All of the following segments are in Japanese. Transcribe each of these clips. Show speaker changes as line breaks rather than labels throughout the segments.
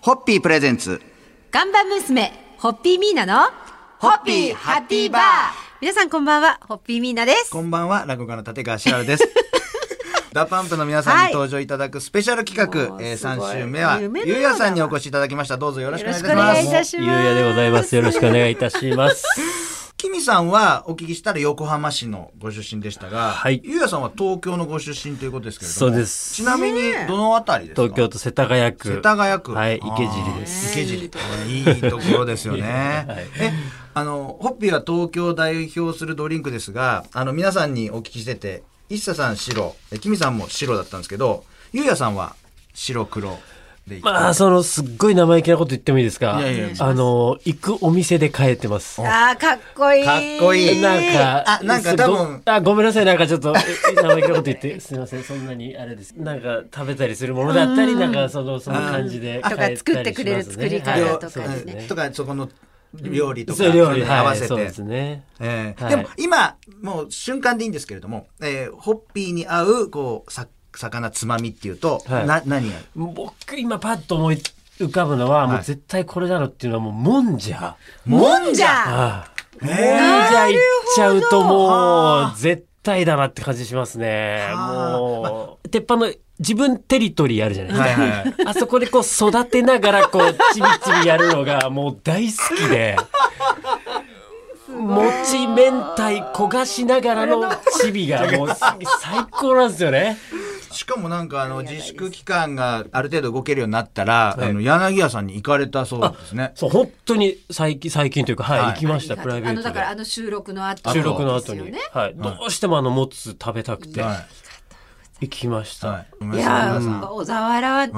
ホッピープレゼンツ。
ガンバ娘、ホッピーミーナの、
ホッピーハッピーバー
皆さんこんばんは、ホッピーミーナです。
こんばんは、落語家の立川しらる です。ダパンプの皆さんに登場いただくスペシャル企画、
はい
えー、
すごい
3週目は、ゆ
夢のようだ
うやさんにお越しいただきました。どうぞよろしくお願いいたし
よろ
ま
しくお願い
す。
いたします
ゆうやでございます。よろしくお願いいたし ます。
きみさんは、お聞きしたら横浜市のご出身でしたが、
はい
ゆうやさんは東京のご出身ということですけれども、
そうです
ちなみに、どのあたりですか
東京都世田谷区。
世田谷区。
はい、池尻です。
す。池尻。 いいところですよね。え、あの、ホッピーは東京を代表するドリンクですが、あの、皆さんにお聞きしてて、一茶さん白、えキミさんも白だったんですけど、ゆうやさんは白黒でいく
まあ、その、すっごい生意気なこと言ってもいいですか
いやいや
あの、行くお店で帰ってます。
ああ、かっこいい。
かっこいい
なんか、
あなんか
す
多分
ごあ、ごめんなさい、なんかちょっと、え生意気なこと言って、 すいません、そんなに、あれです。なんか、食べたりするものだったり、なんか、その、その感じで帰
とか
ったりしますね。
作ってくれる作り
は
方
い
と
そ
か
うです
ね
ね。
とか、そこの料理とか、
そう料
そ
理、
れに合
は
わ
い、
せて。
そうですね。
えー
はい
でも今、もう瞬間でいいんですけれども、えーホッピーに合う、こう、さ魚つまみっていうと、
はい
な、何が
僕、今、パッと思い浮かぶのは、もう絶対これだろうっていうのは、もう、もんじゃ。
もんじゃ
ああ。もんじゃ行っちゃうと
なる
も
ほど
う、絶対だなって感じしますね。
はあ
もう、鉄板の自分テリトリーあるじゃないですか。
はいはい。
あそこでこう育てながらこう、ちびちびやるのがもう大好きで。餅明太焦がしながらのちびがもう最高なんですよね。
しかもなんかあの自粛期間がある程度動けるようになったら、あの柳屋さんに行かれたそうですね。
そう、本当に最近、最近というか、はい、
はい
行きました、プライベ
あ
ー
の、
ト
だ
で
から。あの収録の後。
収録の後に、
ですよね
はい、どうしてもあのもつ食べたくて、
は
行きまし
い。
た、
はい。ごめんな
い
さい
や
皆さ
ー、
ん
小沢原はね、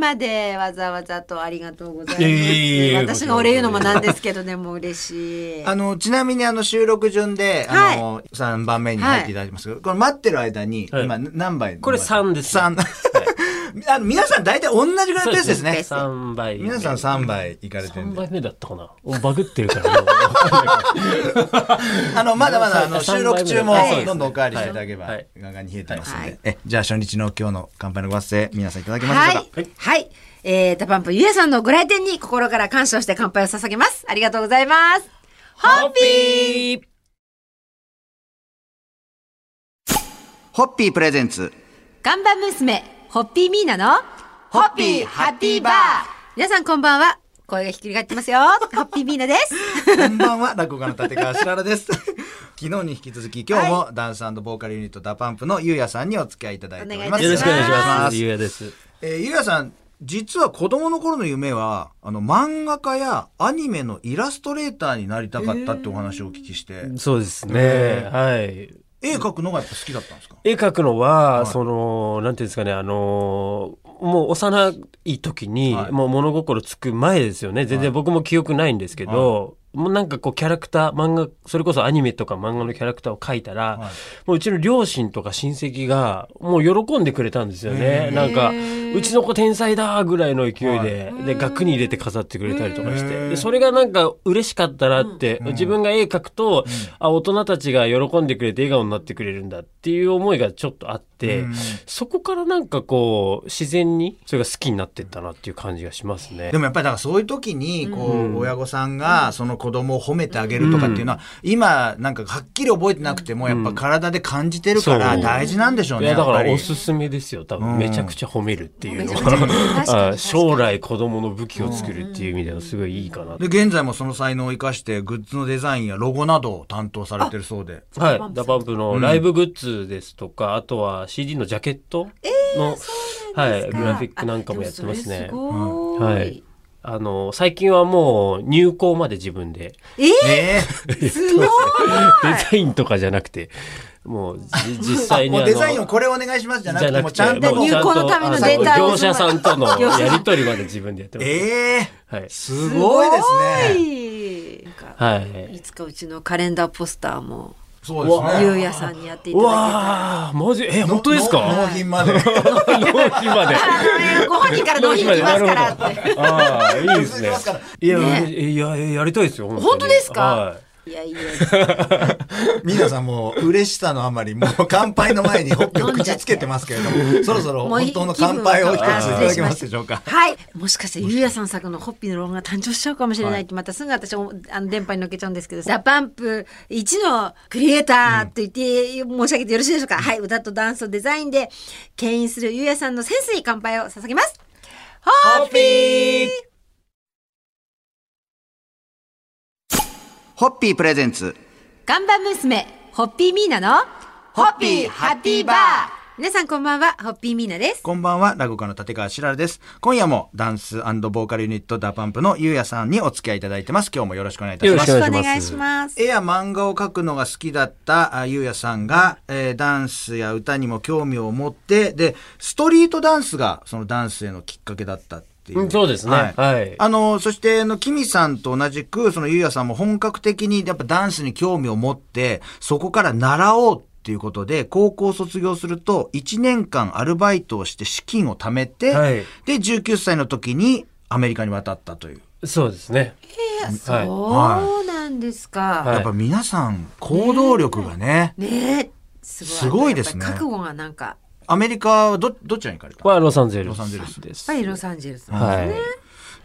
までわざわざとありがとうございます。
いえいえいえ
私がお礼言うのもなんですけどね、もう嬉しい。
あの、ちなみにあの収録順で、あの、3番目に入っていただきますけど、これ待ってる間に、
はい
今何杯
これ3です
3。あの皆さん大体同じぐらいのペースですね。
3倍
皆さん3杯行かれてるん
3
で。
倍目だったかなおバグってるからも
あの、まだまだあの
三
収録中も
三杯目だ
どんどんおかわりしていただければ、
はい
ガンガンに冷えてますんで。
はい
え、じゃあ初日の今日の乾杯のご発声、皆さんいただけましたでしょ
は
うか
い。。はい。えー、ダパンプゆうやさんのご来店に心から感謝をして乾杯を捧げます。ありがとうございます。ホッピー
ホッピープレゼンツ。
ガンバ娘、ホッピーミーナの、
ホッピーハッピーバー
皆さんこんばんは。声がひっくり返ってますよ。ホッピーミーナです。
こんばんは、落語家の立川しらら です。昨日に引き続き、今日もダンスボーカルユニットダパンプのゆうやさんにお付き合いいただいております。
うよろしくお願いし
は
ますゆうやです
えーゆうやさん、実は子供の頃の夢は、あの、漫画家やアニメのイラストレーターになりたかったってお話をお聞きして、
そうです
ね
ねはい
絵描くのがやっぱ好きだったんですか
絵描くの
は
は、
い
そのなんていうんですかねあのもう幼い時に、
はい
もう物心つく前ですよね全然僕も記憶ないんですけど、もうなんかこうキャラクター漫画それこそアニメとか漫画のキャラクターを描いた
は
ら、
い
もううちの両親とか親戚がもう喜んでくれたんですよねなんかうちの子天才だぐらいの勢いで,、で額に入れて飾ってくれたりとかしてでそれがなんか嬉しかったなって、自分が絵描くと、あ大人たちが喜んでくれて笑顔になってくれるんだっていう思いがちょっとあって、そこからなんかこう自然にそれが好きになってったなっていう感じがしますね
で。もやっぱりだからそういう時に、こう、親御さんがその子供を褒めてあげるとかっていうのは、今、なんかはっきり覚えてなくても、やっぱ体で感じてるから
そう
大事なんでしょう
い
ね。
やだか
やっぱ
ら
り
おすすめですよ多
うん
分めちゃくちゃ褒めるっていう
め
の
ちゃくちゃ確かに確か
は
に
あ将来子供の武器を作るっていう意味ではすごいいいかな
で、現在もその才能を生かして、グッズのデザインやロゴなどを担当されてるそうで。
はい。ダパンプのライブグッズですとか、あとは CD のジャケットの、はい、グラフィックなんかもやってます
あで
ね。
もそれすごい。
はい。あの、最近はもう入稿まで自分で、
ええ
すごい。
デザインとかじゃなくて、もうじ 実際に
も
あ
う
の、
デザインをこれお願いしますじゃなくて、もうちゃんと
も
も
う
う
ちゃんと
入稿のためのデータを
あ業者さんとの
業者さん
やり取りまで自分でやってます。
ええ
はい。
すごいですね。
ね。なんか
はい。
いつかうちのカレンダーポスターも、
そうですね。
ゆうやさんにやっていた
う
だ
わー、マジ、え、本当ですか
納品まで。
納品まで。
けて。ご本人から納品きますからって。
ああ、いいですね
ますから。
いや、
ね
いや、いややりたいですよ。
本当ですか
はい
いやいや、
ミーナさんもう嬉しさのあまり、もう乾杯の前にホッピーを口つけてますけれども、そろそろ
もう
本当の乾杯を一ついただけますでしょうか。
はい。もしかして、ゆうやさん作のホッピーの論が誕生しちゃうかもしれないって、またすぐ私、おあの、電波に乗っけちゃうんですけど、ダパンプ一のクリエイターと言って、申し上げてよろしいでしょうか。はい。歌とダンスとデザインで、牽引するゆうやさんのセンスに乾杯を捧げます。ホッピー
ホッピープレゼンツ
ガンバ娘、ホッピーミーナの、
ホッピーハッピーバー
皆さんこんばんは、ホッピーミーナです。
こんばんは、ラグカの立川しららです。今夜もダンスボーカルユニットダパンプのゆうやさんにお付き合いいただいてます。今日もよろしくお願いいたし
よ
ま
ろ
す
よ
し。くお
ろしくお願
願
い
い
し
し
ます。
絵や漫画を描くのが好きだったあゆうやさんが、えーダンスや歌にも興味を持って、で、ストリートダンスがそのダンスへのきっかけだったっていう。
うんそうですねはい
あの、そして、あの、きみさんと同じく、そのゆうやさんも本格的にやっぱダンスに興味を持って、そこから習おうっていうことで、高校を卒業すると、1年間アルバイトをして資金を貯めて、
はい
で、19歳の時にアメリカに渡ったという。
そうですね。はい
そうなんですか。
はい
やっぱ皆さん、行動力がね、
ねえ、すごい。
すごいですね
やっぱり覚悟がなんか、やっ
アメリカはど、どちらに行かれた
はロサンゼルス。
ロサンゼルス
です
ぱ。りロサンゼルス。
はい。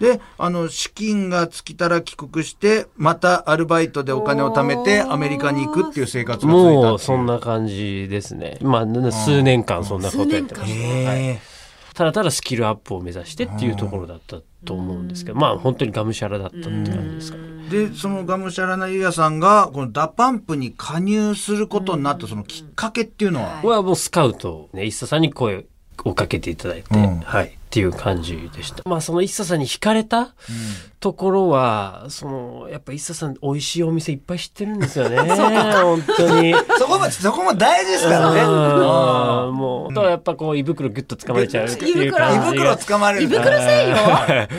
で、あの、資金が尽きたら帰国して、またアルバイトでお金を貯めて、
おー
アメリカに行くっていう生活が続いたっていう
もうそん。な感じですね。まあな数年間そんなことやってま
数
し
年
た。はい
へ
ただただスキルアップを目指してっていうところだったと思うんですけど、まあ本当にがむしゃらだったって感じですかね。
ーで、そのがむしゃらなゆうやさんが、このダパンプに加入することになった、そのきっかけっていうのは、
はもうスカウトをね、一茶さんに声をかけていただいて、
うん
はい、っていう感じでした。まあその一茶さんに惹かれたところは、その、やっぱ一茶さん美味しいお店いっぱい知ってるんですよ ね。本当 に。
そこも、そこも大事ですか
あーもう、とやっぱこう胃袋グッと掴まれちゃうっていう感じが。
掴まれる。
胃袋せいよ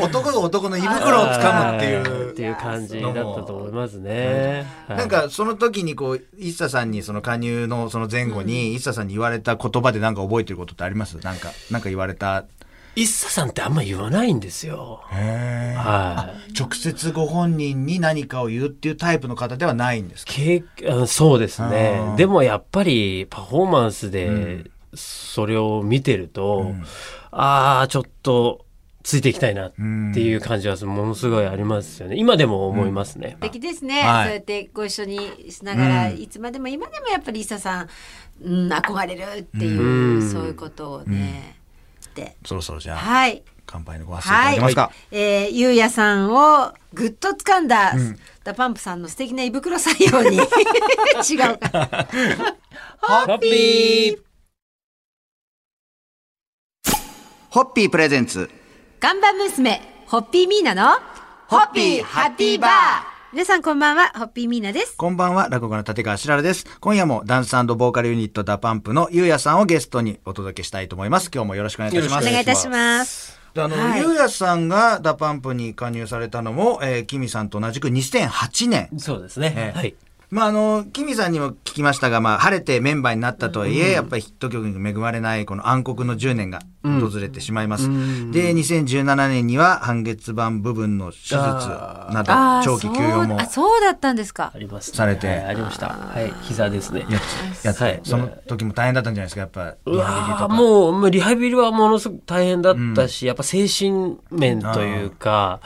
男が男の胃袋を掴むっていう。
っていう感じだったと思いますね。はい
なんかその時にこう、一茶さんにその加入のその前後に、一茶さんに言われた言葉でなんか覚えてることってありますなんか、なんか言われた。
一茶さんってあんま言わないんですよ。は
直接ご本人に何かを言うっていうタイプの方ではないんです
い。
か
経験、そうです
う
ね
ん。
でもやっぱりパフォーマンスでそれを見てると、ああ、ちょっとついていきたいなっていう感じはものすごいありますよね。今でも思いますね。
素敵ですね、
はい
そうやってご一緒にしながら、
うん
いつまでも今でもやっぱり伊佐さん、うん、憧れるっていう、
うん
そういうことをね、って
そろそろじゃあ、
はい
乾杯のご発声いた
は
だ
い
けますか、、
えー、ゆうやさんをぐっと掴んだ、ダパンプさんの素敵な胃袋採用に違うか
ハッピー
ホッピープレゼンツ
ガンバ娘ホッピーミーナの
ホッピーハッピーバー
皆さんこんばんはホッピーミーナです
こんばんは、落語家の立川しららです。今夜もダンスボーカルユニットダパンプのゆうやさんをゲストにお届けしたいと思います。今日もよろしくお願いいたしま
お
お
す。
よろ
願いい
く
たします
であの、
はい
ゆうやさんがダパンプに加入されたのも、えーキミさんと同じく2008年。
そうですね。
ええ
はい。
まあ、あの、キミさんにも聞きましたが、まあ、晴れてメンバーになったとはいえ、やっぱりヒット曲に恵まれない、この暗黒の10年が訪れてしまいます。で、2017年には、半月板部分の手術など
あ、ー
長期休養も
そうあそうだったんですか
あります、
されて
はいありました。はい。膝ですね。
ややっ
はい
その時も大変だったんじゃないですか、やっぱ、リ
う
ハビリと
わー
か。
もう、もうリハビリはものすごく大変だったし、やっぱ精神面というか、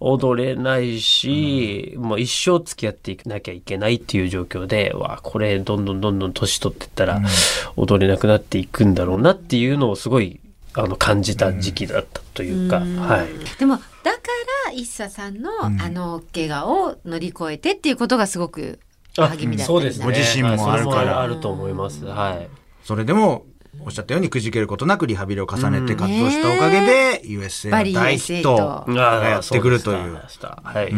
踊れないし、もう一生付き合っていかなきゃいけないっていう状況で、わあ、これどんどんどんどん年取ってったら踊れなくなっていくんだろうなっていうのをすごい、あの、感じた時期だったというか、はい。
でもだから一茶さんの、あの怪我を乗り越えてっていうことがすごく励みだった
そう
り
ですね。
ご自身も
はいそれ
あるから
あると思います。はい。
それでも、おっしゃったようにくじけることなくリハビリを重ねて活動したおかげで、USA
バリ
の大ヒット
う
がやってくるとい
あー
う
そう。でしたはい。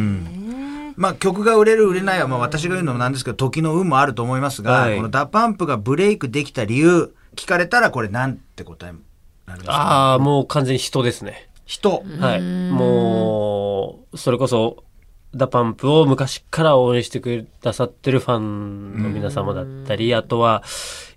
まあ、曲が売れる売れないはまあ私が言うのもなんですけど時の運もあると思いますが、
はい
このダパンプがブレイクできた理由聞かれたらこれなんて答えになりますか
ああ、もう完全に人ですね。
人、
はい。もう、それこそ、ダパンプを昔から応援してくださってるファンの皆様だったり、あとは、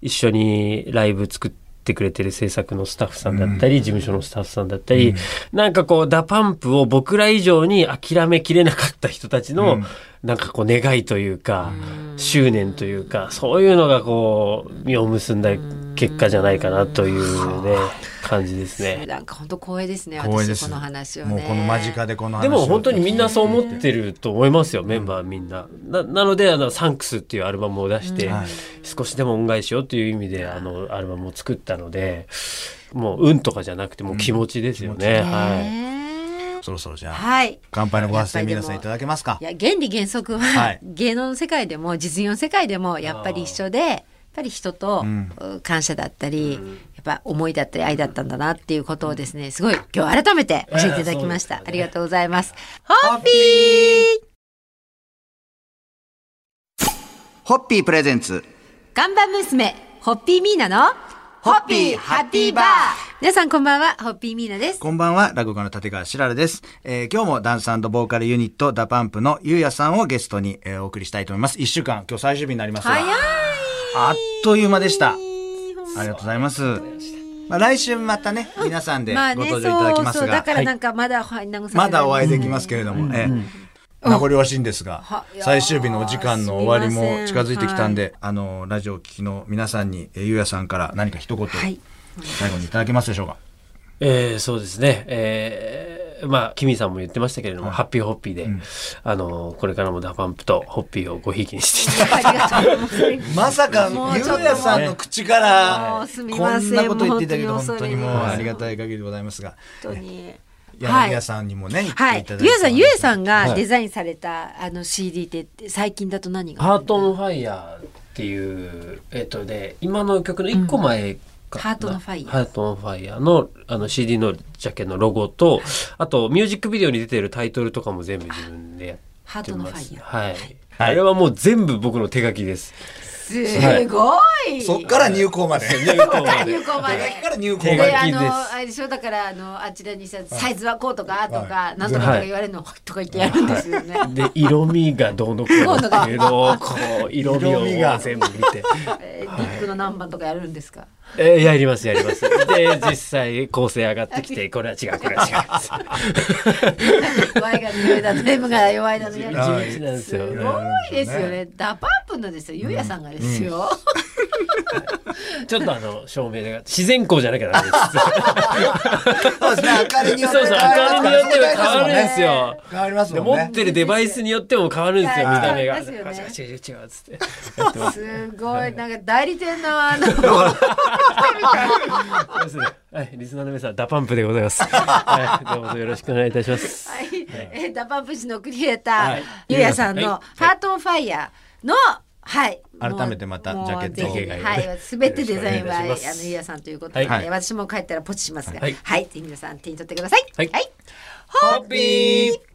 一緒にライブ作って、ってくれてる制作のスタッフさんだったり、事務所のスタッフさんだったり、なんかこう、ダパンプを僕ら以上に諦めきれなかった人たちの、なんかこう、願いというか、執念というか、そういうのがこう、実を結んだ結果じゃないかなというね、感じですね。
なんか本当光栄ですね。
光栄で
私
す
この話をね。
もうこの間近でこの話
で
を
も本当にみんなそう思ってると思いますよ、メンバーみんな。ななので、あの、サンクスっていうアルバムを出して、
はい
少しでも恩返ししようっていう意味で、あの、アルバムを作ったので、もう運とかじゃなくて、もう気持ちですよね。はい。
ね
そろそろじゃあ、
はい。
乾杯のご発声皆さんいただけますか
いや原理原則は、
はい
芸能の世界でも実業の世界でもやっぱり一緒でやっぱり人と
ん
う感謝だったり、やっぱ思いだったり愛だったんだなっていうことをですねすごい今日改めて教えていただきました、
ええそうですよね
ありがとうございます
ハッピー
ホッピープレゼンツ
ガンバ娘ホッピーミーナの
ホッピーハッピーバー
皆さんこんばんはホッピーミーナです
こんばんは、落語家の立川しららです。えー今日もダンスボーカルユニット、ダパンプのゆうやさんをゲストに、えーお送りしたいと思います。一週間、今日最終日になりますが
早い
あっという間でした。あ
ほんま
りがとうございます。まあ、来週またね、皆さんで
まあ
ご
ね、そ
登場いただき
う
ます
そう、
が、
だからなんかまだ、はい、慰めら
ま
れる
だお会いできますけれども、ええ名残惜しいんですが
は、いやー
最終日のお時間の終わり
すみませ
も
ん
近づいてきたんで、あの、ラジオを聴きの皆さんに、えーゆうやさんから何か一言、
い
最後にいただけますでしょうか。
えーそうですね。えーまあ、キミさんも言ってましたけれども、ハッピーホッピーで、あの、これからもダパンプとホッピーをごひいきにしていただきたい
ありがとうございます。
まさか、
もう
ゆ
ちょっと
うやさんの口から、
もうすみ
こ
ま
ん
せん
なこと言っていただけど、
もう
本
本
当
当
に
に
もう
はい
ありがたい限りでございますが、
本当に。
柳家さんにもね、言っていた
は
だ
い
いて。
ゆえさん、ゆえさん
は
が
い
デザインされた、あの CD って最近だと何が
ハートオンファイヤーっていう、えっとね、今の曲の一個前かな、
ハートオンファイヤー
ハートオンファイヤーのあの CD のジャケのロゴと、あとミュージックビデオに出てるタイトルとかも全部自分でやってます。
ハートのファイヤー
はい。あれはもう全部僕の手書きです。
す
はい
ご い
そっから入校まで。
入稿まで
入稿ま
手書きか
で。
ら入校ま
で、
手書き
で。
あ
です
の、あれでしょ、だから、あの、あちらにさ、サイズはこうとか、あと
は
か、なんとかとか言われるの、とか言ってやるんですよね。
で、色味がどうのこうのっていうのを、こう、色味
色味が
を全部見て。
えーリックの何番とかやるんですか。
えーやります、やります。で、実際構成上がってきて、これは違う、これは違 う。
Y が強いだの、M が弱いだの、やる
あ
地道なんです
す
よ
ごい。ですよね。ダパンプのですよ。ゆうやさんがですよ。
ちょっとあの照明が自然光じゃなきゃダメ です。
そうですね、明かりによって
そうそう、明るみによっても変わるんですよ。
変わります
で
もん
持っ
ね。
てるデバイスによっても変わるんですよ、見た目が。
変わりますよ
違う違う違うっつって。やってます。
すごい。なんか代理店のあの、
そうですねはい、リスナーの皆さん、ダパンプでございます。はい、どうぞよろしくお願いいたします。
はい、えーダパンプ氏のクリエイター、
はい
ゆうやさんの
はい
「ハート・オン・ファイヤーの」はいもう
改めてまた
もう
ジャケット
ぜひ
ジャケ
ット
はい全てデザインはあ
よろしくお願いいたします
のゆうやさんということで、
はい
私も帰ったらポチしますがは、
はいい
ぜひ皆さん手に取ってください
はい
はい、
ハッピー